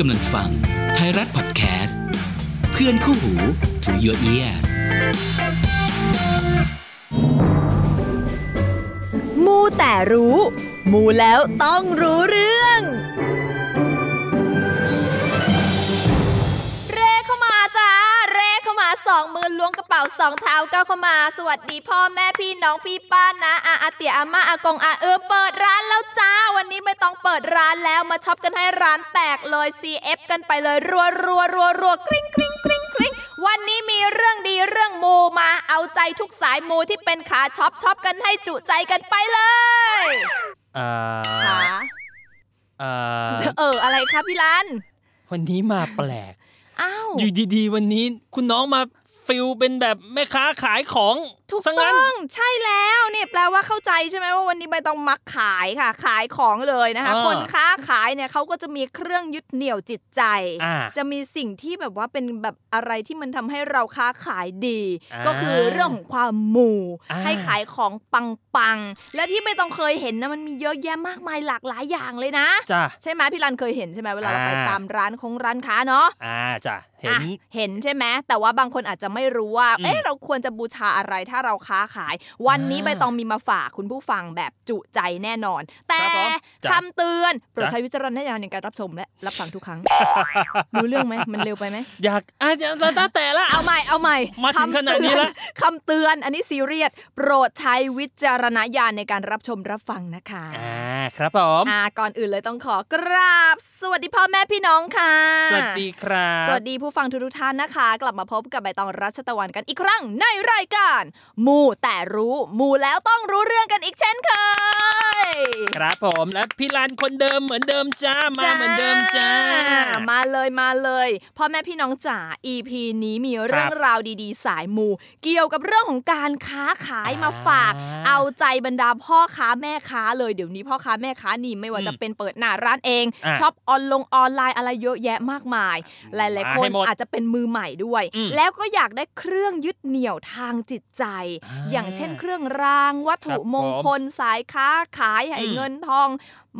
กำลังฟังไทยรัฐพอดแคสต์เพื่อนคู่หู to your ears มูแต่รู้ มูแล้วต้องรู้เรื่อง เรเข้ามาจ้า เรเข้ามาสองมือล้วงกระเป๋าสองเท้าก้าวเข้ามา สวัสดีพ่อแม่พี่น้องพี่ป้านะอาอาเตียอาม่าอากงอาเออเปิดร้านแล้วจ้า วันนี้ไม่ต้องเปิดร้านแล้วมาช็อปกันให้ร้านแตกเลย CF กันไปเลยรัวรัวรัวรัวกริ๊งกริ๊งกริ๊งกริ๊งวันนี้มีเรื่องดีเรื่องมูมาเอาใจทุกสายมูที่เป็นขาช็อปช็อปกันให้จุใจกันไปเลย เอ่อ ขา เอ่อ เอออะไรคะพี่ลัน วันนี้มาแปลก อ้าว อยู่ดีๆ วันนี้คุณน้องมาฟิลเป็นแบบแม่ค้าขายของ ถูก ซะ ต้ งั้น องใช่แล้วเนี่ยแปลว่าเข้าใจใช่ไหมว่าวันนี้ใบตองมักขายค่ะ ขายของเลยนะคะ า คนค้าขายเนี่ยเขาก็จะมีเครื่องยึดเหนี่ยวจิตใจ อ่า จะมีสิ่งที่แบบว่าเป็นแบบอะไรที่มันทำให้เราค้าขายดี อ่า ก็คือเรื่องของความหมู่ อ่า ให้ขายของปังๆและที่ใบตองเคยเห็นนะมันมีเยอะแยะมากมายหลากหลายอย่างเลยนะ จ้ะ ใช่ไหมพี่รันเคยเห็นใช่ไหมเวลาเราไป อ่า ตามร้านของร้านค้าเนาะ อ่าจ้ะเห็น อ่ะเห็นใช่ไหมแต่ว่าบางคนอาจจะไม่รู้ว่า อืม เอ๊ะเราควรจะบูชาอะไรถ้าเราค้าขาย วันนี้ อ่า ใบตองมีมาฝากคุณผู้ฟังแบบจุใจแน่นอน แต่ ครับผมจ้ะ คำเตือนโปรด จ้ะ ใช้วิจารณญาณในการรับชมและรับฟังทุกค รั้ง รู้เรื่องไหมมันเร็วไปไหม อยากอ่ะแล้วแต่แต่ละ เอาใหม่เอาใหม่ มาถึงขนาดนี้ละ คำเตือนอันนี้ซีเรียสโปรดใช้วิจารณญาณในการรับชมรับฟังนะคะ อ่าครับผม อ่าก่อนอื่นเลยต้องขอกราบ สวัสดีพ่อแม่พี่น้องค่ะ สวัสดีครับ สวัสดีผู้ฟังทุกๆท่านนะคะ กลับมาพบกับใบตองรัชตะวันกันอีกครั้งในรายการมูแต่รู้มูแล้วต้องรู้เรื่องกันอีกเช่นเคย ครับผมและพี่ลันคนเดิมเหมือนเดิมจ้ามาเหมือนเดิมจ้า มาเลยมาเลยพ่อแม่พี่น้องจ๋า EP นี้มีเรื่องราวดีๆ สายมู เกี่ยวกับเรื่องของการค้าขายมาฝาก อ่า เอาใจบรรดาพ่อค้าแม่ค้าเลยเดี๋ยวนี้พ่อค้าแม่ค้านี่ไม่ว่าจะ อืม เป็นเปิดหน้าร้านเอง อ่า ช็อปออนลงออนไลน์อะไรเยอะแยะมากมาย หลายๆ ค มาน ให้หมด อาจ อาจจะเป็นมือใหม่ด้วย อืม แล้วก็อยากได้เครื่องยึดเหนี่ยวทางจิตใจ อ่า อย่างเช่นเครื่องราง วัตถุ ครับผม มงคลสายค้าขายให้ อืม เงินทอง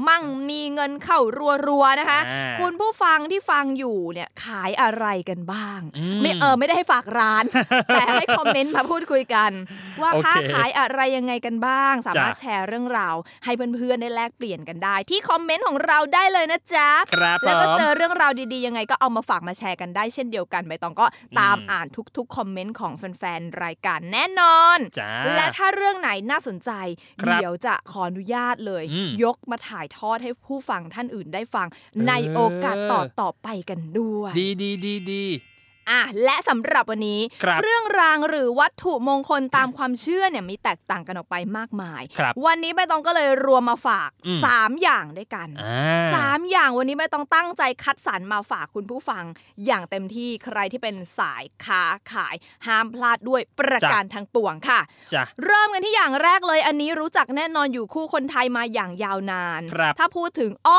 มั่งมีเงินเข้ารัวๆนะคะ อ่า คุณผู้ฟังที่ฟังอยู่เนี่ยขายอะไรกันบ้าง อืม ไม่เออไม่ได้ให้ฝาก ร้าน แต่ให้คอมเมนต์มาพูดคุยกัน ว่า โอเค ค้าขายอะไรยังไงกันบ้าง สามารถ จ้ะ แชร์เรื่องราว ให้เพื่อนๆได้แลกเปลี่ยนกันได้ ที่คอมเมนต์ของเราได้เลยนะจ๊ะ ครับ แล้วก็ ผม เจอเรื่องราวดีๆ ยังไงก็เอามาฝากมาแชร์กันได้เช่นเดียวกันใบตองก็ตาม อืม อ่านทุกๆ คอมเมนต์ของแฟนๆ รายการแน่นอน จ้า และถ้าเรื่องไหนน่าสนใจ ครับ เดี๋ยวจะขออนุญาตเลย อืม ยกมาถ่ายทอดให้ผู้ฟังท่านอื่นได้ฟัง ออ ในโอกาสต่อต่อๆไปกันด้วย ดีดีดีดี อ่ะและสำหรับวันนี้ ครับ เรื่องรางหรือวัตถุมงคลตามความเชื่อเนี่ยมีแตกต่างกันออกไปมากมาย ครับ วันนี้ใบตองก็เลยรวมมาฝาก อืม สามอย่างด้วยกัน อ่า สามอย่างวันนี้ไม่ต้องตั้งใจคัดสรรมาฝากคุณผู้ฟัง อย่างเต็มที่ใครที่เป็นสายค้าขาย ห้ามพลาดด้วยประการทั้งปวงค่ะ จ้ะ เริ่มกันที่อย่างแรกเลยอันนี้รู้จักแน่นอนอยู่คู่คนไทยมาอย่างยาวนาน ครับ ถ้าพูดถึงอ๋อ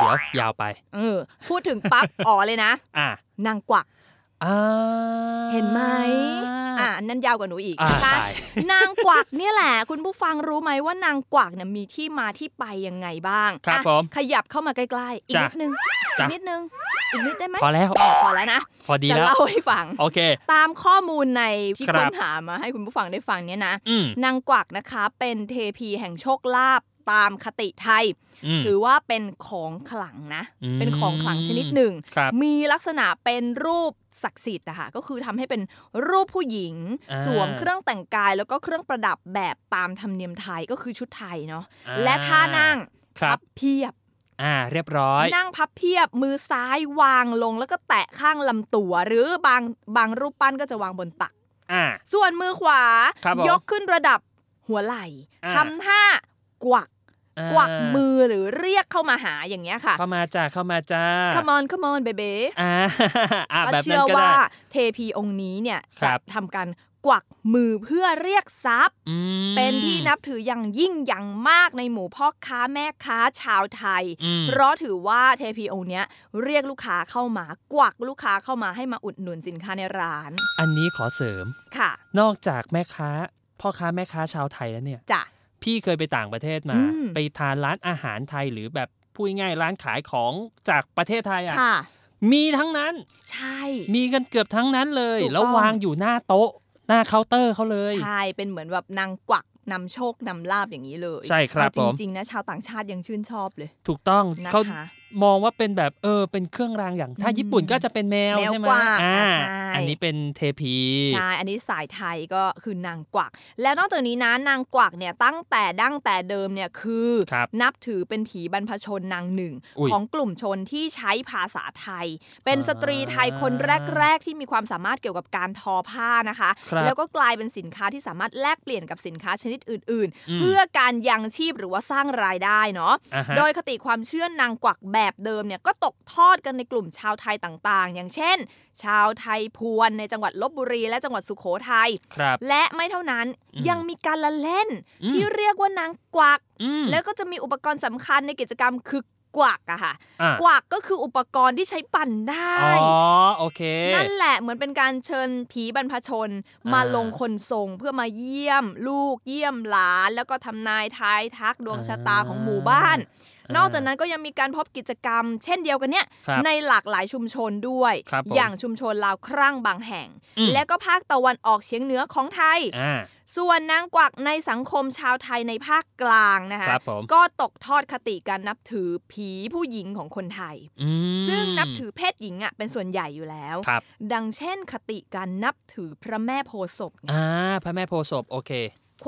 เดี๋ยวยาวไป เออพูดถึงปั๊บ อ๋อเลยนะ อ่าน างกวัก อ่า เห็นไหมอ่านั่นยาวกว่าหนูอีก อ่า นะคะ ตาย นางกวักเนี่ยแหละ คุณผู้ฟังรู้ไหมว่านางกวักเนี่ยมีที่มาที่ไปยังไงบ้าง ครับ อ่ะ ผม ขยับเข้ามาใกล้ๆ อีก จ้ะ นิดนึง อี จ้ะ กนิดนึง อีกนิดได้ไหม พอแล้ว อ๋อพอแล้วนะ พอดี จะ แล้ว เล่าให้ฟัง โอเค ตามข้อมูลในที่ ครั ค้ บ นหามาให้คุณผู้ฟังได้ฟังเนี่ยนะ อืม นางกวักนะคะเป็นเทพีแห่งโชคลาภตามคติไทย อืม ถือว่าเป็นของขลังนะ อืม เป็นของขลังชนิดหนึ่ง ครับ มีลักษณะเป็นรูปศักดิ์สิทธิ์นะคะก็คือทำให้เป็นรูปผู้หญิง อ่า สวมเครื่องแต่งกาย แล้วก็เครื่องประดับแบบตามธรรมเนียมไทยก็คือชุดไทยเนาะ อ่า และท่านั่ง ครับ พัเพียบ อ่า เรียบร้อย นั่งพับเพียบมือซ้ายวางลงแล้วก็แตะข้างลำตัว หรือบางบางรูปปั้นก็จะวางบนตัก อ่า ส่วนมือขวา ครับผม ยกขึ้นระดับหัวไหล่ อ่า ทำท่ากวัก อ่าก วักมือหรือเรียกเข้ามาหาอย่างเงี้ยค่ะ เข้ามาจ้าเข้ามาจ้า come on come on baby อ่า อ่า ก็ แบบนั้ เชื่ น อ ก็ ว่า ได้ เทพีองค์นี้เนี่ย ครั จะ บ ทำการกวักมือเพื่อเรียกทรัพย์ อืม เป็นที่นับถืออย่างยิ่งอย่างมากในหมู่พ่อค้าแม่ค้าชาวไทย อืม เพราะถือว่าเทพีองค์เนี้ยเรียกลูกค้าเข้ามากวักลูกค้าเข้ามาให้มาอุดหนุนสินค้าในร้าน อันนี้ขอเสริม ค่ะ นอกจากแม่ค้า พ่อค้าแม่ค้าชาวไทยแล้วเนี่ย จ้ะ พี่เคยไปต่างประเทศมา อืม ไปทานร้านอาหารไทยหรือแบบพ พูดง่ายๆร้านขายของจากประเทศไทยอ่ะ ค่ะ มีทั้งนั้น ใช่ มีกันเกือบทั้งนั้นเลย ถูกต้อง แล้ววางอยู่หน้าโต๊ะ หน้าเคาน์เตอร์เขาเลย ใช่ เป็นเหมือนแบบนางกวักนำโชคนำลาบอย่างนี้เลย ใช่ครับ เอา ผม จริงๆนะชาวต่างชาติยังชื่นชอบเลย ถูกต้อง นะคะ เขามองว่าเป็นแบบเออ เป็นเครื่องรางอย่างถ้า อืม ญี่ปุ่นก็จะเป็นแมว แมว ใช่ไหม กวาง อ่า อ่ะใช่ อันนี้เป็นเทพี ใช่ อันนี้สายไทยก็คือนางกวัก แล้วนอกจากนี้นะนางกวักเนี่ยตั้งแต่ดั้งแต่เดิมเนี่ยคือ ครับ นับถือเป็นผีบรรพชนนางหนึ่ง อุ๊ย ของกลุ่มชนที่ใช้ภาษาไทย เป็น อ่า สตรีไทยคนแรก ๆ ที่มีความสามารถเกี่ยวกับการทอผ้านะคะ ครับ แล้วก็กลายเป็นสินค้าที่สามารถแลกเปลี่ยนกับสินค้าชนิดอื่น อื ๆ ม เพื่อการยังชีพหรือว่าสร้างรายได้เนาะ อ่าฮะ โดยคติความเชื่อนางกวักแบบเดิมเนี่ยก็ตกทอดกันในกลุ่มชาวไทยต่างๆ อย่างเช่น ชาวไทยพวนในจังหวัดลบบุรีและจังหวัดสุโขทัย ครับ และไม่เท่านั้น อืม ยังมีการละเล่น อืม ที่เรียกว่านางกวัก อืม แล้วก็จะมีอุปกรณ์สำคัญในกิจกรรมคือกวักอะค่ะ อ่ะ กวักก็คืออุปกรณ์ที่ใช้ปั่นได้ อ๋อโอเค นั่นแหละเหมือนเป็นการเชิญผีบรรพชน มา อ่า ลงคนทรงเพื่อมาเยี่ยม ลูกเยี่ยมหลาน แล้วก็ทำนายทายทักดวงชะตาของหมู่บ้าน าน อกจากนั้นก็ยังมีการพบกิจกรรม เช่นเดียวกันเนี่ย ครับ ในหลากหลายชุมชนด้วย ครับผม อย่างชุมชนลาวครั่งบางแห่ง อืม และก็ภาคตะวันออกเฉียงเหนือของไทย อ่า ส่วนนางกวักในสังคมชาวไทยในภาคกลางนะคะ ครับผม ก็ตกทอดคติการนับถือผีผู้หญิงของคนไทย อืม ซึ่งนับถือเพศหญิงอ่ะเป็นส่วนใหญ่อยู่แล้ว ครับ ดังเช่นคติการนับถือพระแม่โพธิ์ศพไง อ่าพระแม่โพธิ์ศพโอเค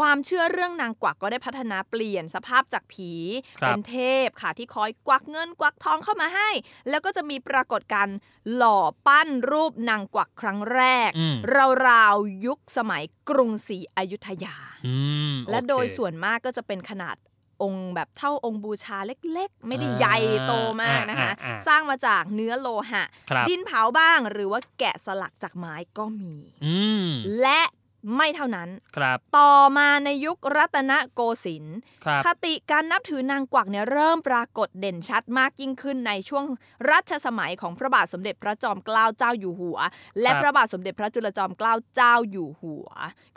ความเชื่อเรื่องนางกวักก็ได้พัฒนาเปลี่ยนสภาพจากผี ครับ เป็นเทพค่ะที่คอยกวักเงินกวักทองเข้ามาให้ แล้วก็จะมีปรากฏการณ์หล่อปั้นรูปนางกวักครั้งแรก อืม ราวๆยุคสมัยกรุงศรีอยุธยา อืม และ อเค โดยส่วนมากก็จะเป็นขนาดองค์แบบเท่าองค์บูชาเล็กๆ ไม่ได้ใหญ่โตมากนะคะ อ่าอ่าอ่า สร้างมาจากเนื้อโลหะ ครับ ดินเผาบ้างหรือว่าแกะสลักจากไม้ก็มี อืม และไม่เท่านั้น ครับ ต่อมาในยุครัตนโกสินทร์ ครับ คติการนับถือนางกวักเนี่ยเริ่มปรากฏเด่นชัดมากยิ่งขึ้นในช่วงรัชสมัยของพระบาทสมเด็จพระจอมเกล้าเจ้าอยู่หัว และ ครับ พระบาทสมเด็จพระจุลจอมเกล้าเจ้าอยู่หัว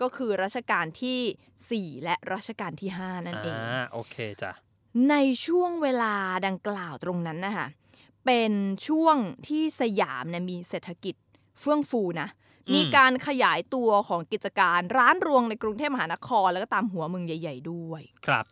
ก็คือรัชกาลทีสี่4 และรัชกาลที่ 5 นั่นเอง อ่าโอเคจ้ะ ในช่วงเวลาดังกล่าวตรงนั้นนะคะเป็นช่วงที่สยามเนี่ยมีเศรษฐกิจเฟื่องฟูนะ มีการขยายตัวของกิจการร้านรวงในกรุงเทพมหานคร แล้วก็ตามหัวเมืองใหญ่ ๆ ด้วย ครับ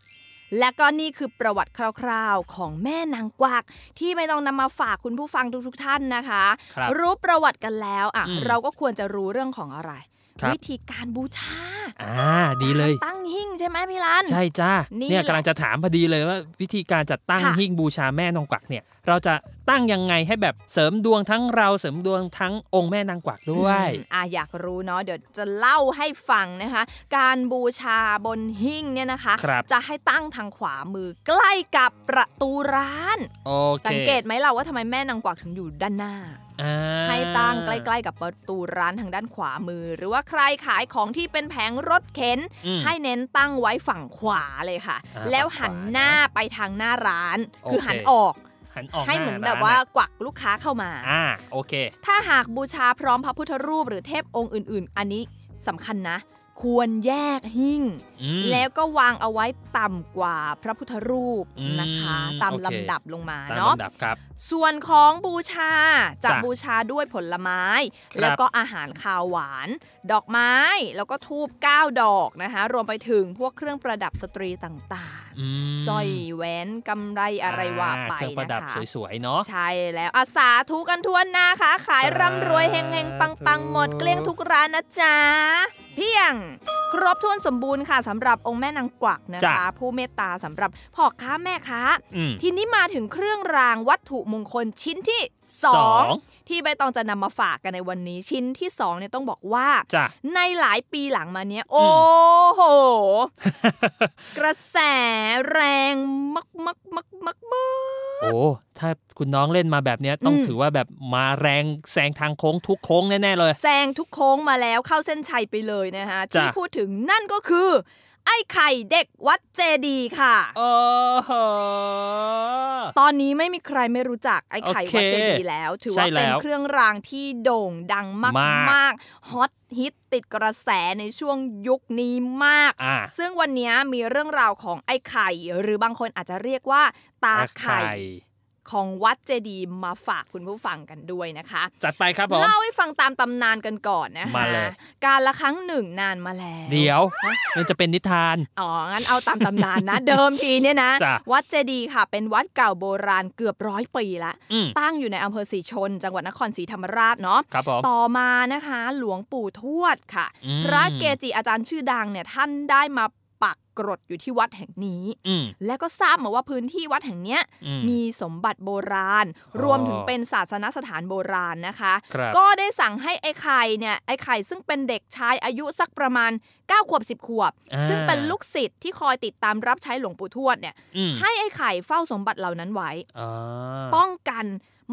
และก็นี่คือประวัติคร่าวๆ ของแม่นางกวัก ที่ไม่ต้องนำมาฝากคุณผู้ฟังทุกๆ ท่านนะคะ ครับ รู้ประวัติกันแล้วอ่ะ อืม เราก็ควรจะรู้เรื่องของอะไร ครับ วิธีการบูชา อ่าดีเลย ตั้งหิ้งใช่ไหมพี่รัน ใช่จ้า นี่ เนี่ยกำลังจะถามพอดีเลยว่าวิธีการจัดตั้ง ค่ะ หิ้งบูชาแม่นางกวักเนี่ย เราจะตั้งยังไงให้แบบเสริมดวงทั้งเราเสริมดวงทั้งองค์แม่นางกวักด้วย อืมอ่ะอยากรู้เนาะเดี๋ยวจะเล่าให้ฟังนะคะ การบูชาบนหิ้งเนี่ยนะคะ ครับ จะให้ตั้งทางขวามือใกล้กับประตูร้าน โอเค สังเกตไหมเราว่าทำไมแม่นางกวักถึงอยู่ด้านหน้า อ่า ให้ตั้งใกล้ๆกับประตูร้านทางด้านขวามือ หรือว่าใครขายของที่เป็นแผงรถเข็น อืม ให้เน้นตั้งไว้ฝั่งขวาเลยค่ะ อ่า แล้ว ฝั่ หั ง น ขวา หน้าไปทางหน้าร้าน โอ คือ เค หันออก หันออก ให้เหมือนแบบ ร้ะ ว่ากวักลูกค้าเข้ามา อ่าโอเค ถ้าหากบูชาพร้อมพระพุทธรูปหรือเทพองค์อื่น ๆ อันนี้สำคัญนะ ควรแยกหิ้ง อืม แล้วก็วางเอาไว้ต่ำกว่าพระพุทธรูป อืม นะคะ ตาม โอเค ลำดับลงมา ตาม เนาะ ลำดับครับ ส่วนของบูชาจะ จ้ะ บูชาด้วยผลไม้ ครับ แล้วก็อาหารคาวหวาน ดอกไม้ แล้วก็ทูบ9ดอกนะคะ รวมไปถึงพวกเครื่องประดับสตรีต่าง อืม ๆสร้อยแหวนกำไรอะไรว่าไป อ่เครื่องประ นะ ดับ คะ สวยๆเนาะ ใช่แล้วอาสาธุกันทั่วหน้าค่ะ ขาย สาธุ ร่ำรวยเฮงเฮงปังปังหมดเกลี้ยงทุกร้านนะจ๊ะ เพียง ครบถ้วนสมบูรณ์ค่ะสำหรับองค์แม่นางกวักนะคะ ผู้เมตตาสำหรับพ่อค้าแม่ค้า อืม ทีนี้มาถึงเครื่องรางวัตถุมงคลชิ้นที่ สอง 2 ที่ใบตองจะนำมาฝากกันในวันนี้ ชิ้นที่2เนี่ยต้องบอกว่า จ้ะ ในหลายปีหลังมาเนี้ย โอ้โห กระแสแรงมากมากมากมากมาก โอ้ ถ้าคุณน้องเล่นมาแบบเนี้ยต้อง อืม ถือว่าแบบมาแรงแซงทางโค้งทุกโค้งแน่ๆเลย แซงทุกโค้งมาแล้วเข้าเส้นชัยไปเลยนะคะ จ้ะ ที่พูดถึงนั่นก็คือ ไอ้ไข่เด็กวัดเจดีย์ค่ะ โอ้โห ตอนนี้ไม่มีใครไม่รู้จักไอ้ไข่ โอเค วัดเจดีย์แล้ว ถือว่า ใช่แล้ เป็น ว เครื่องรางที่โด่งดังมาก ม ๆ าก ฮอตฮิตติดกระแสในช่วงยุคนี้มาก อ่า ซึ่งวันนี้มีเรื่องราวของไอ้ไข่ หรือบางคนอาจจะเรียกว่า ตาไข่ของวัดเจดีย์มาฝากคุณผู้ฟังกันด้วยนะคะ จัดไปครับผม เล่าให้ฟังตามตำนานกันก่อนนะคะ มาเลย การละครั้งหนึ่งนานมาแล้ว เดี๋ยวมันจะเป็นนิทาน อ๋อ งั้นเอาตามตำนานนะ เดิมทีเนี่ยนะ จ้ะ วัดเจดีย์ค่ะ เป็นวัดเก่าโบราณเกือบร้อยปีละ อืม ตั้งอยู่ในอำเภอสีชน จังหวัดนครศรีธรรมราชเนาะ ครับผม ต่อมานะคะ หลวงปู่ทวดค่ะ อืม พระเกจิอาจารย์ชื่อดังเนี่ยท่านได้มาปักกรดอยู่ที่วัดแห่งนี้ อืม และก็ทราบมาว่าพื้นที่วัดแห่งเนี้ย อืม มีสมบัติโบราณ อ๋อ รวมถึงเป็นศาสนสถานโบราณนะคะ ครับ ก็ได้สั่งให้ไอ้ไข่เนี่ยไอ้ไข่ซึ่งเป็นเด็กชายอายุสักประมาณ 9 ขวบ 10 ขวบ อ่า ซึ่งเป็นลูกศิษย์ที่คอยติดตามรับใช้หลวงปู่ทวดเนี่ย อืม ให้ไอ้ไข่เฝ้าสมบัติเหล่านั้นไว้ อ่า ป้องกัน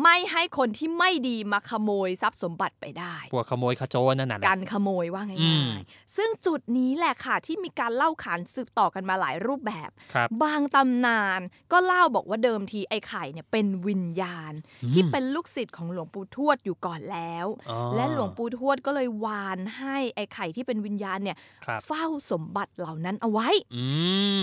ไม่ให้คนที่ไม่ดีมาขโมยทรัพย์สมบัติไปได้ พวกขโมยขโจรนั่นน่ะนะ การขโมยว่า อื ง่าม ยๆซึ่งจุดนี้แหละค่ะที่มีการเล่าขานสืบต่อกันมาหลายรูปแบบ ครับ บางตำนานก็เล่าบอกว่าเดิมทีไอ้ไข่เนี่ยเป็นวิญญาณ อืม ที่เป็นลูกศิษย์ของหลวงปู่ทวดอยู่ก่อนแล้ว อ๋อ และหลวงปู่ทวดก็เลยวานให้ไอ้ไข่ที่เป็นวิญญาณเนี่ย ครับ เฝ้าสมบัติเหล่านั้นเอาไว้ อื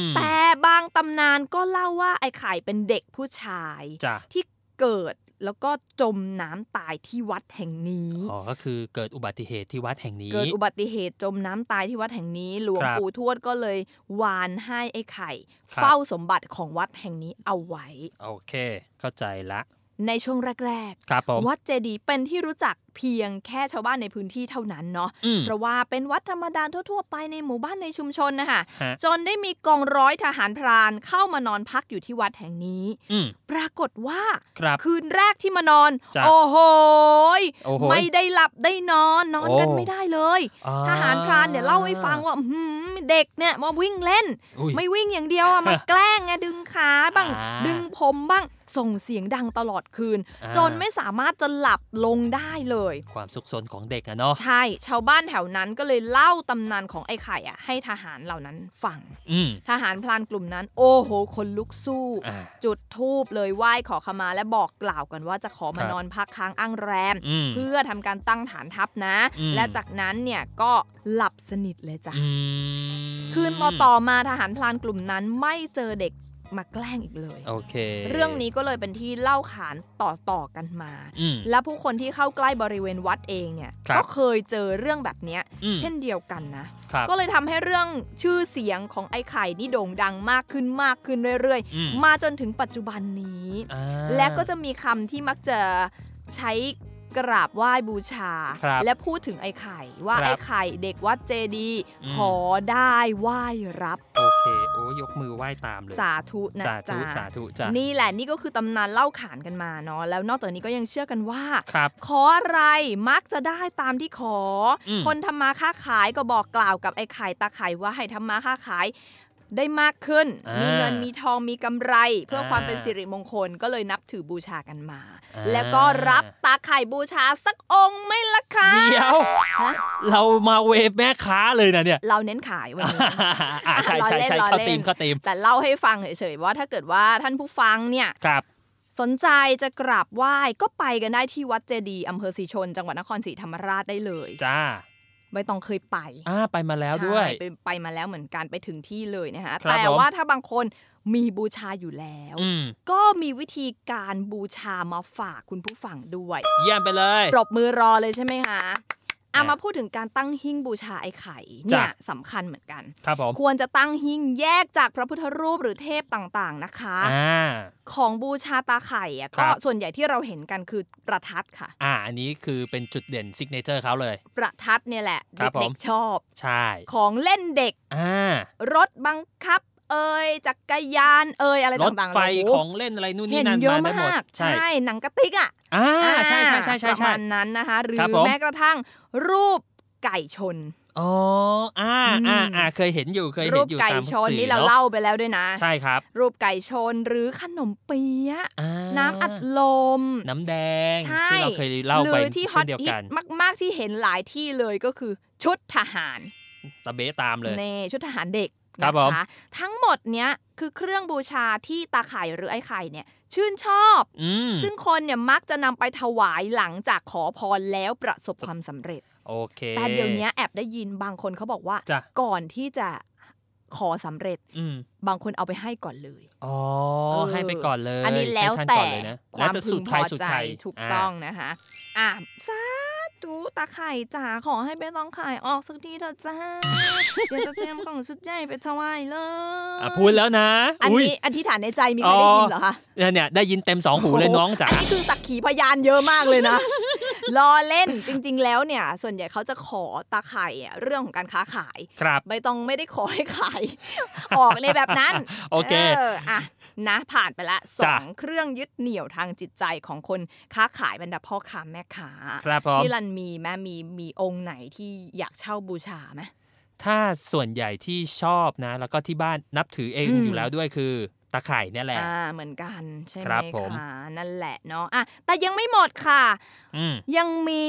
ม แต่บางตำนานก็เล่าว่าไอ้ไข่เป็นเด็กผู้ชาย จ้ะ ที่เกิดแล้วก็จมน้ำตายที่วัดแห่งนี้ อ๋อก็คือเกิดอุบัติเหตุที่วัดแห่งนี้ เกิดอุบัติเหตุจมน้ำตายที่วัดแห่งนี้ หลวง ครับ ปู่ทวดก็เลยวานให้ไอ้ไข่ ครับ เฝ้าสมบัติของวัดแห่งนี้เอาไว้ โอเค เข้าใจละ ในช่วงแรก ครับผม ๆ วัดเจดีย์เป็นที่รู้จักเพียงแค่ชาวบ้านในพื้นที่เท่านั้นเนาะ อืม เพราะว่าเป็นวัดธรรมดาทั่วๆไปในหมู่บ้านในชุมชนนะคะ ฮะ จนได้มีกองร้อยทหารพรานเข้ามานอนพักอยู่ที่วัดแห่งนี้ อืม ปรากฏว่า ครับ คืนแรกที่มานอน จ้ะ โอ้โหย โอ้โหย ไม่ได้หลับได้นอนนอนกัน โอ้ ไม่ได้เลย อ่ ทหารพรานเนี่ยเล่าให้ฟังว่าอื้อหือเด็กเนี่ยมาวิ่งเล่น อุ๊ย ไม่วิ่งอย่างเดียว อะมา แกล้งไงดึงขาบ้าง อ่า ดึงผมบ้างส่งเสียงดังตลอดคืน อ่า จนไม่สามารถจะหลับลงได้เลย ความสุขสนของเด็กอะเนาะ ใช่ ชาวบ้านแถวนั้นก็เลยเล่าตำนานของไอ้ไข่อะให้ทหารเหล่านั้นฟัง อืม ทหารพลานกลุ่มนั้น โอ้โห คนลุกสู้ อ่า จุดทูบเลยไหว้ขอขมาและบอกกล่าวกันว่าจะขอมา ครับ นอนพักค้างอ้างแรม อืม เพื่อทำการตั้งฐานทัพนะ อืม และจากนั้นเนี่ยก็หลับสนิทเลยจ้ะ อืม คืนต่อต่อๆมาทหารพลานกลุ่มนั้นไม่เจอเด็กมาแกล้งอีกเลย โอเค เรื่องนี้ก็เลยเป็นที่เล่าขานต่อต่อๆกันมา อืม และผู้คนที่เข้าใกล้บริเวณวัดเองเนี่ย ครับ ก็เคยเจอเรื่องแบบเนี้ย อืม เช่นเดียวกันนะ ครับ ก็เลยทำให้เรื่องชื่อเสียงของไอ้ไข่นี่โด่งดังมากขึ้นมากขึ้นเรื่อย อืม ๆ มาจนถึงปัจจุบันนี้ อ่า และก็จะมีคำที่มักจะใช้กราบไหว้บูชา ครับ และพูดถึงไอ้ไข่ว่า ครับ ไอ้ไข่เด็กวัดเจดีย์ อืม ขอได้ไหว้รับ โอเค โอ้ยกมือไหว้ตามเลย สาธุนะ สาธุ จ๊ะ สาธุจ้ะ นี่แหละนี่ก็คือตำนานเล่าขานกันมาเนาะแล้วนอกจากนี้ก็ยังเชื่อกันว่า ครับ ขออะไรมักจะได้ตามที่ขออ ม คนทำมาค้าขายก็บอกกล่าวกับไอ้ไข่ตาไข่ว่าให้ทำมาค้าขายได้มากขึ้น อ่ามี มีเงินมีทองมีกำไร เพื่ออา ความเป็นสิริมงคลก็เลยนับถือบูชากันมา อ่า แล้วก็รับตาไข่บูชาสักองค์ไหม่ละคะ เดี๋ยว ฮะ เรามาเวฟแม่ค้าเลยนะเนี่ย เราเน้นขายวันนี้ อ่าใช่ใช่ใช่ ล้อเล่นล้ เข้า อเล่น ตีมเข้าตีม แต่เล่าให้ฟังเฉยๆว่าถ้าเกิดว่าท่านผู้ฟังเนี่ย ครับ สนใจจะกราบไหว้ก็ไปกันได้ที่วัดเจดีย์อำเภอสีชน จังหวัดนครศรีธรรมราชได้เลย จ้า ใบตองเคยไป อ่าไปมาแล้วด้วย ใช่ไปไปมาแล้วเหมือนกันไปถึงที่เลยนะคะ ครับ แต่ ผม ว่าถ้าบางคนมีบูชาอยู่แล้ว อืม ก็มีวิธีการบูชามาฝากคุณผู้ฟังด้วย เยี่ยมไปเลย ปรบมือรอเลยใช่ไหมคะอ่ะ เนี่ย มาพูดถึงการตั้งหิ้งบูชาไอ้ไข่เนี่ย จ้ะ สำคัญเหมือนกัน ครับผม ควรจะตั้งหิ้งแยกจากพระพุทธรูปหรือเทพต่างๆนะคะ อ่า ของบูชาตาไข่อะ ครั ก็ บ ส่วนใหญ่ที่เราเห็นกันคือประทัดค่ะ อ่า อันนี้คือเป็นจุดเด่นซิกเนเจอร์เขาเลย ประทัดเนี่ยแหละ ครับผม เด็กๆชอบ ใช่ ของเล่นเด็ก อ่าร ถบังคับ เอ่ยจักรยานเอ่ยอะไร รถ ต่างๆ ไฟ โโห ของเล่นอะไรนู่น เห็ นี่ น นั่น เยอะ มาได้หมด มาก ใช่ หนังกระติกอ่ะ อ่า อ่า ใช่ใช่ใช่ใช่ ประ ใช่ มาณนั้นนะคะ หรือ ครับผม แม้กระทั่งรูปไก่ชน อ๋ออ่าอ่าอ่าเคยเห็นอยู่เคย รู เห็น ป อยู่ ไก่ ตาม ชน สื่อ นี่เรา อะ เล่าไปแล้วด้วยนะ ใช่ครับ รูปไก่ชนหรือขนมเปี๊ยะ อ่า น้ำอัดลม น้ำแดง ใช่ ที่เราเคยเล่า ห ไป รือที่ฮอ เช่ ต นเดียว ฮิต กัน มาก ๆ ที่เห็นหลายที่เลยก็คือชุดทหาร ตะเบะตามเลย เน่ชุดทหารเด็ก ครับผม นะคะทั้งหมดเนี้ยคือเครื่องบูชาที่ตาไข่หรือไอ้ไข่เนี่ยชื่นชอบ อืม ซึ่งคนเนี่ยมักจะนำไปถวายหลังจากขอพรแล้วประสบความสำเร็จ โอเค แต่เดี๋ยวเนี้ยแอบได้ยินบางคนเขาบอกว่า จ้ะ ก่อนที่จะขอสำเร็จ อืม บางคนเอาไปให้ก่อนเลย อ๋อ เออ ให้ไปก่อนเลย อันนี้แล้ว ให้ท่าน แต่ ก่อนเลยนะ ความ แล้วแต่ พึ สุ ง ด พ ท้าย อ สุด ใจ ท้าย ถูก า ต้องนะคะอ่ะสาธุตาไข่จ๋าขอให้ไม่ต้องขายออกสักทีเถอะจ้า เดี๋ยวจะเตรียมของชุดใหญ่ไปถวายเลย อ่ะพูดแล้วนะ อัน ย นี้อธิษฐานในใจมีใครได้ยินเหรอคะ เนี่ยเนี่ยได้ยินเต็มสองหูเลย โโห น้องจ๋า อันนี้คือสักขีพยานเยอะมากเลยนะ ล้อเล่นจริง ๆ แล้วเนี่ย ส่วนใหญ่เขาจะขอตาไข่อะเรื่องของการค้าขาย ครับ ใบตองไม่ได้ขอให้ขาย ออกในแบบนั้น โอเค เอออ่ะนะผ่านไปละสอ จ้ะ งเครื่องยึดเหนี่ยวทางจิตใจของคนค้าขายบรรดาพ่อค้าแม่ค้า ครับผม พี่รันมีแม่มีมีองค์ไหนที่อยากเช่าบูชาไหม ถ้าส่วนใหญ่ที่ชอบนะ แล้วก็ที่บ้านนับถือเอง อืม อยู่แล้วด้วยคือตะไคร่เนี่ยแหละ อ่าเหมือนกันใช่ไห ค ม รับผม คะนั่นแหละเนาะอ่ะแต่ยังไม่หมดค่ะ อืม ยังมี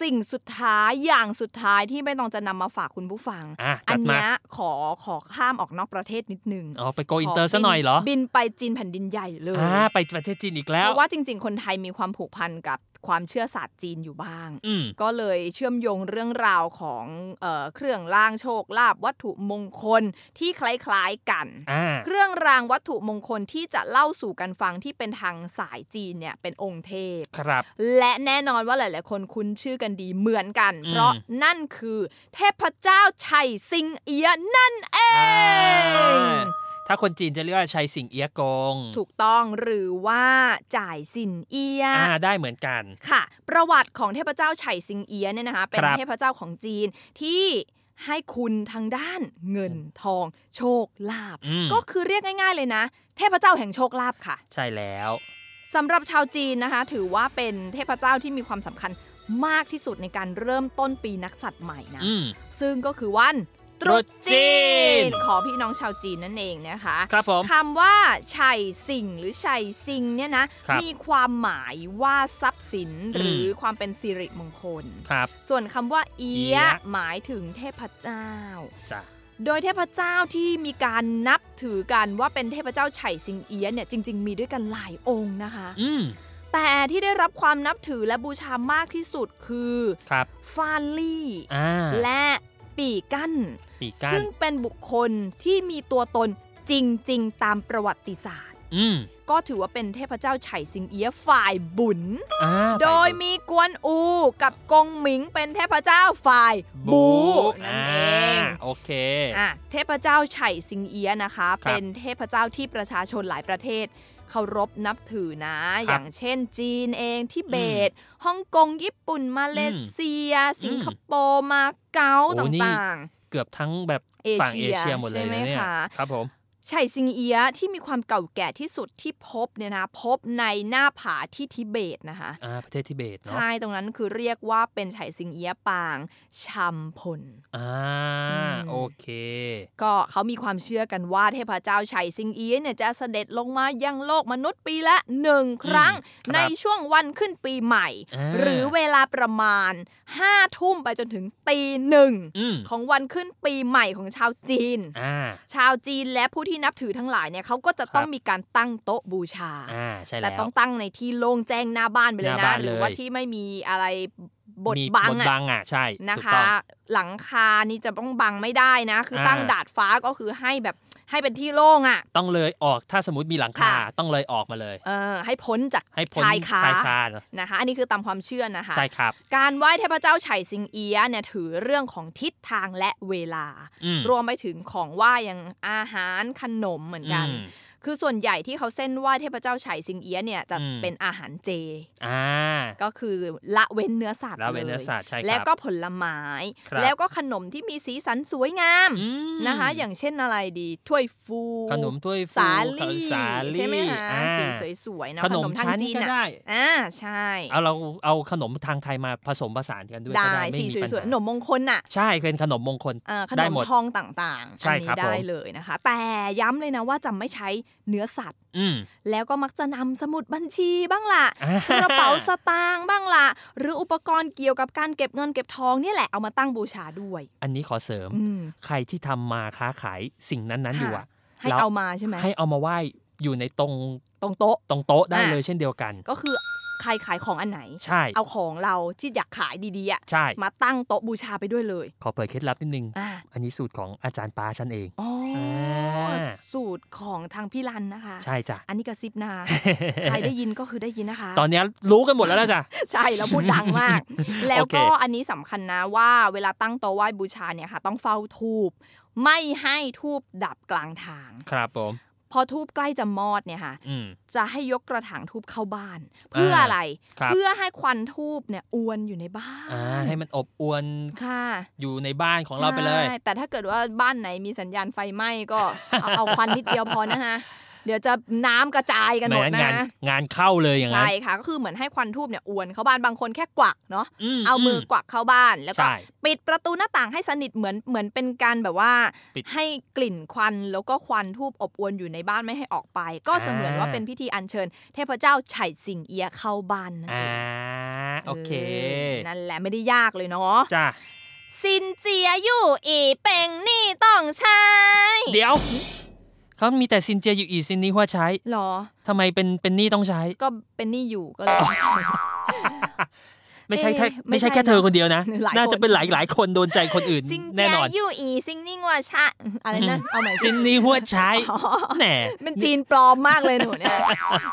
สิ่งสุดท้ายอย่างสุดท้ายที่ไม่ต้องจะนำมาฝากคุณผู้ฟัง อ่ะ อั จัดมา เนี้ยขอขอข้ามออกนอกประเทศนิดนึง อ๋อไปโกอินเตอ ข ร์ซะหน่อยเหรอ บิบินไปจีนแผ่นดินใหญ่เลย อ่าไปประเทศจีนอีกแล้ว เพราะว่าจริง ๆ คนไทยมีความผูกพันกับความเชื่อศาสตร์จีนอยู่บ้าง อืม ก็เลยเชื่อมโยงเรื่องราวของเออเครื่องรางโชคลาภวัตถุมงคลที่คล้ายๆกัน อ่า เครื่องรางวัตถุมงคลที่จะเล่าสู่กันฟังที่เป็นทางสายจีนเนี่ยเป็นองค์เทพ ครับ และแน่นอนว่าหลาย ๆ คนคุ้นชื่อกันดีเหมือนกัน อืม เพราะนั่นคือ เทพเจ้าชัยสิงเอียะนั่นเอง อ่าถ้าคนจีนจะเรียกว่าชัยสิงเอียกง ถูกต้องหรือว่าจ่ายสินเอียะ อ่าได้เหมือนกัน ค่ะ ประวัติของเทพเจ้าชัยสิงเอียะเนี่ยนะคะเป็น ครับ เทพเจ้าของจีนที่ให้คุณทางด้านเงินทอง โชคลาภ อืม ก็คือเรียกง่าย ๆ เลยนะ เทพเจ้าแห่งโชคลาภค่ะ ใช่แล้ว สำหรับชาวจีนนะคะ ถือว่าเป็นเทพเจ้าที่มีความสำคัญมากที่สุดในการเริ่มต้นปีนักษัตริย์ใหม่นะ อืม ซึ่งก็คือวันตรุษ ตรุษจี จีน น ขอพี่น้องชาวจีนนั่นเองนะคะ ครับผม คำว่าชัยสิงหรือชัยสิงเนี่ยนะ ครับ มีความหมายว่าทรัพย์สินหรืออ ม ความเป็นสิริมงคล ครับ ส่วนคำว่าเอี เอี๊ ยะ ยะ หมายถึงเทพเจ้า จ้ะ โดยเทพเจ้าที่มีการนับถือกันว่าเป็นเทพเจ้าไฉสิงเอียะเนี่ยจริง ๆ มีด้วยกันหลายองค์นะคะ อืม แต่ที่ได้รับความนับถือและบูชามากที่สุดคือ ครับ ฟานลี่ อ่า และปีกั้น ปีกก้า ซึ่ น งเป็นบุคคลที่มีตัวตนจริง ๆ ตามประวัติศาสตร์ อืม ก็ถือว่าเป็นเทพเจ้าไฉสิงเอียะฝ่ายบุญ อ่า โดย ไป มีกวนอูกับกงหมิงเป็นเทพเจ้าฝ่ายบูนั่นเอง าโอเค อ่ะเทพเจ้าไฉสิงเอียะนะคะ ครับ เป็นเทพเจ้าที่ประชาชนหลายประเทศเคารพนับถือนะ ครับ อย่างเช่นจีนเองทิเบตฮ่องกง ญี่ปุ่น มาเลเซีย สิงคโปร์มาเก๊า โอ้ ต นี่ ่าง เกือบทั้งแบบ เอเชีย ฝั่งเอเชียหมดเลยนะเนี่ใช่ไหมยคะ ครับผม ๆไฉสิงเอียะที่มีความเก่าแก่ที่สุดที่พบเนี่ยนะพบในหน้าผาที่ทิเบตนะคะ อ่า ประเทศทิเบตเนาะ ใช่ตรงนั้นคือเรียกว่าเป็นไฉสิงเอียะปางชัมพล อ่า ม โอเค ก็เขามีความเชื่อกันว่าเทพเจ้าไฉสิงเอียะเนี่ยจะเสด็จลงมายังโลกมนุษย์ปีละหนึ่งครั้ง อืมครับ ในช่วงวันขึ้นปีใหม่ อ่า หรือเวลาประมาณ5้าทุ่มไปจนถึงตีหนึ่ง อืม ของวันขึ้นปีใหม่ของชาวจีน อ่า ชาวจีนและผู้ที่นับถือทั้งหลายเนี่ยเขาก็จะต้อง ครับ มีการตั้งโต๊ะบูชา อ่า ใช่ แต่ แล้ว ต้องตั้งในที่โล่งแจ้งหน้าบ้านไปเลย หนะน้าบ้าน หรือ เลย ว่าที่ไม่มีอะไรบด มี บัง บท อะ บังอ่ะ ใช่ นะ ถูก คะ ต้อง หลังคานี่จะต้องบังไม่ได้นะ คือ อ่า ตั้งดาดฟ้าก็คือให้แบบให้เป็นที่โล่งอ่ะ ต้องเลยออก ถ้าสมมติมีหลังคา ค่ะ ต้องเลยออกมาเลย เออให้พ้นจาก ให้พ้น ชายคา ชายคาเนอะ นะคะ อันนี้คือตามความเชื่อนะคะ ใช่ครับ การไหว้เทพเจ้าไฉสิงเอียะเนี่ยถือเรื่องของทิศทางและเวลา อืม รวมไปถึงของไหว้อย่างอาหารขนมเหมือนกัน อืม คือส่วนใหญ่ที่เขาเส้นไหว้เทพเจ้าไฉสิงเอียะเนี่ยจะ อืม เป็นอาหารเจ อ่า ก็คือละเว้นเนื้อสัตว์ แล้วเวนเนอร์ ย ศาสตร์ใช่ครับ แล้วก็ผลไม้ ครับ แล้วก็ขนมที่มีสีสันสวยงาม อืม นะคะอย่างเช่นอะไรดีถ้วยฟู ขนมถ้วยฟู สาลี่ สาลี่ ใช่ไหมคะ อ่า สีสวยๆเนอะ ข ข น น ม มทาง ชั้น จีน ก็ อ่ะ ได้ อ่าใช่ เอาเราเอาขนมทางไทยมาผสมผสานกันด้วยก็ ได้ ได้ไม่ สี มี ส ปัวญยๆข หาน มมงคลน่ะ ใช่เป็นขนมมงคล เอ่อขน ได้ ม หมด ทองต่างๆ ใช่ อัน ครั นี้ บ ได้ ผม เลยนะคะ แต่ย้ำเลยนะว่าจะไม่ใช้ เนื้อสัตว์ อืม แล้วก็มักจะนำสมุดบัญชีบ้างล่ะ อ่าก ระเป๋าสตางค์บ้างล่ะ หรืออุปกรณ์เกี่ยวกับการเก็บเงินเก็บทองเนี่ยแหละเอามาตั้งบูชาด้วย อันนี้ขอเสริม อืม ใครที่ทำมาค้าขายสิ่งนั้นๆอยู่อะ ค่ะ ให้ แล้ว เอามาใช่ไหม ให้เอามาไหว้อยู่ในตรง ตรงโต๊ะ ตรงโต๊ะได้ อ่ะ เลยเช่นเดียวกัน ก็คือใครขายของอันไหน ใช่ เอาของเราที่อยากขายดีๆอะ ใช่ มาตั้งโต๊ะบูชาไปด้วยเลย ขอเปิดเคล็ดลับนิดนึง อ่า อันนี้สูตรของอาจารย์ปาฉันเอง อ๋ออา สูตรของทางพี่รันนะคะ ใช่จ้ะ อันนี้กระซิบ นะ ใครได้ยินก็คือได้ยินนะคะ ตอนเนี้ยรู้กันหมดแล้วนะจ๊ะ ใช่แล้วพูดดังมาก แล้ว โอเค ก็อันนี้สำคัญนะว่าเวลาตั้งโต๊ะไหว้บูชาเนี่ยค่ะ ต้องเฝ้าทูบไม่ให้ทูบดับกลางทาง ครับผม พอทูบใกล้จะมอดเนี่ยค่ะ อืม จะให้ยกกระถางทูบเข้าบ้าน เพื่ออะไร ครับ เพื่อให้ควันทูบเนี่ยอวนอยู่ในบ้าน อ่าให้มันอบอวน ค่ะ อยู่ในบ้านของเราไปเลย ใช่แต่ถ้าเกิดว่าบ้านไหนมีสัญญาณไฟไหม้ก็เอาเอาควันนิดเดียวพอนะ ฮะเดี๋ยวจะน้ำกระจายกันห ไม่ มด งั้น นะ งาน ฮะ งานเข้าเลยอย่างนั้น ใช่ค่ะก็คือเหมือนให้ควันทูบเนี่ยอวนเข้าบ้านบางคนแค่กวักเนาะ เอามือกวักเข้าบ้านแล้วก็ ใช่ ปิดประตูหน้าต่างให้สนิทเหมือนเหมือนเป็นการแบบว่า ปิด ให้กลิ่นควันแล้วก็ควันทูบอบอวนอยู่ในบ้านไม่ให้ออกไป ก็เสมือน อ่า ว่าเป็นพิธีอัญเชิญ เทพเจ้าไฉสิงเอียเข้าบ้านนั่น อ่า เอง โอเค อนั่นแหละไม่ได้ยากเลยเนาะ จ้ะ สินเจียอยู่อีเป็งนี่ต้องใช้ เดี๋ยวเขามีแต่ซินเจียอยู่อีซินนี้หัวใช้ หรอ ทำไมเป็นเป็นหนี้ต้องใช้ ก็เป็นหนี่อยู่ก็เลยต้องใช้ ไม่ใช่แค่ เอ๊ะไม่ ไม่ ใช่ ใช่แค่เธอคนเดียวนะ หลายคน น่าจะเป็นหลายหลายคนโดนใจคนอื่น สินเจี แน่ ย นอน อยู่อีสิงนิ่งว่าชะอะไรนะเอาใหม่สิ ซินนี้หัวใช้ อ๋อ แหม มันจีนปลอมมากเลยหนู เนี่ย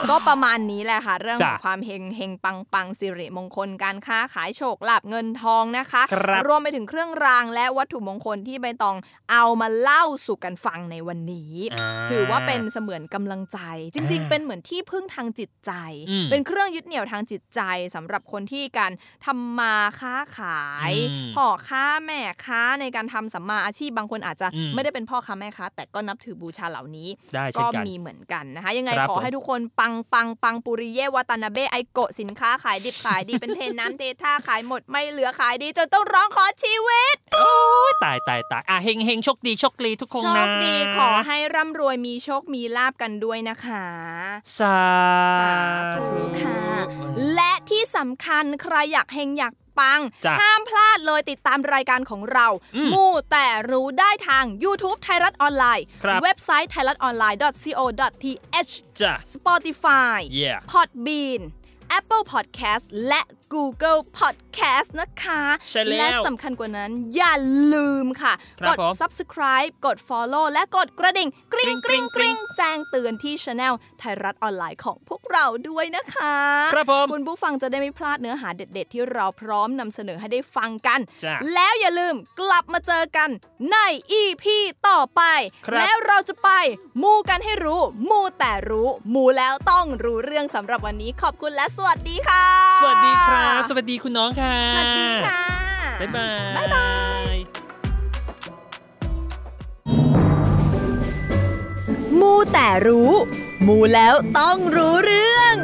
ก็ประมาณนี้แหละค่ะ เรื่องของ จ้ะ ความเฮงเฮงปังปังสิริมงคลการค้าขายโชคลาภเงินทองนะคะ ครับ รวมไปถึงเครื่องรางและวัตถุมงคลที่ใบตองเอามาเล่าสู่กันฟังในวันนี้ อ่า ถือว่าเป็นเสมือนกำลังใจ จริงๆอ่าเป็นเหมือนที่พึ่งทางจิตใจ อืม เป็นเครื่องยึดเหนี่ยวทางจิตใจสำหรับคนที่การทำมาค้าขาย อืม พ่อค้าแม่ค้าในการทำสัมมาอาชีพบางคนอาจจะ อืม ไม่ได้เป็นพ่อค้าแม่ค้าแต่ก็นับถือบูชาเหล่านี้ ได้ ก็ เช่นกัน มีเหมือนกันนะคะ ยังไง ครับ ขอให้ ผม ทุกคนปังปังปังปุริเยวาตานาเบะไอโกะสินค้าขายดิบขายดี เป็นเทน้ำเทท่าขายหมดไม่เหลือขายดี จนต้องร้องขอชีวิต ายตายตายตายอ่ะเฮงเฮงโชคดีโชคลีทุกคน โช นะ คดีขอให้ร่ำรวยมีโชคมีลาบกันด้วยนะคะ สา สาธุค่ะ และที่สำคัญใครอยากเฮงอยากปัง จ้ะ ห้ามพลาดเลยติดตามรายการของเรา อืม มู่แต่รู้ได้ทาง YouTube ไทยรัฐออนไลน์ ครับ เว็บไซต์ thailandonline.co.th จ้ะ Spotify เย่ Podbean Apple Podcast และ Google Podcast นะคะ ใช่แล้ว และสำคัญกว่านั้นอย่าลืมค่ะ ครักบด ผม subscribe กด follow และกดกระดิ่ง กริ๊ง ก ก ริ๊ ริ๊ ง ง ก ก ริ๊ ริ๊ ง งแจ้งเตือนที่ช anel ไทยรัฐออนไลน์ของพวกเราด้วยนะคะ ครับผม คุณผู้ฟังจะได้ไม่พลาดเนื้อหาเด็ด ๆ ที่เราพร้อมนำเสนอให้ได้ฟังกัน จ้ะ แล้วอย่าลืมกลับมาเจอกันใน EP ต่อไป ครับ แล้วเราจะไปมูกันให้รู้ มูแต่รู้ มูแล้วต้องรู้เรื่องสำหรับวันนี้ขอบคุณและสวัสดีค่ะ สวัสดีครับ สวัสดีคุณน้องค่ะ สวัสดีค่ะ บ๊ายบาย บ๊ายบาย ย มูแต่รู้ มูแล้วต้องรู้เรื่อง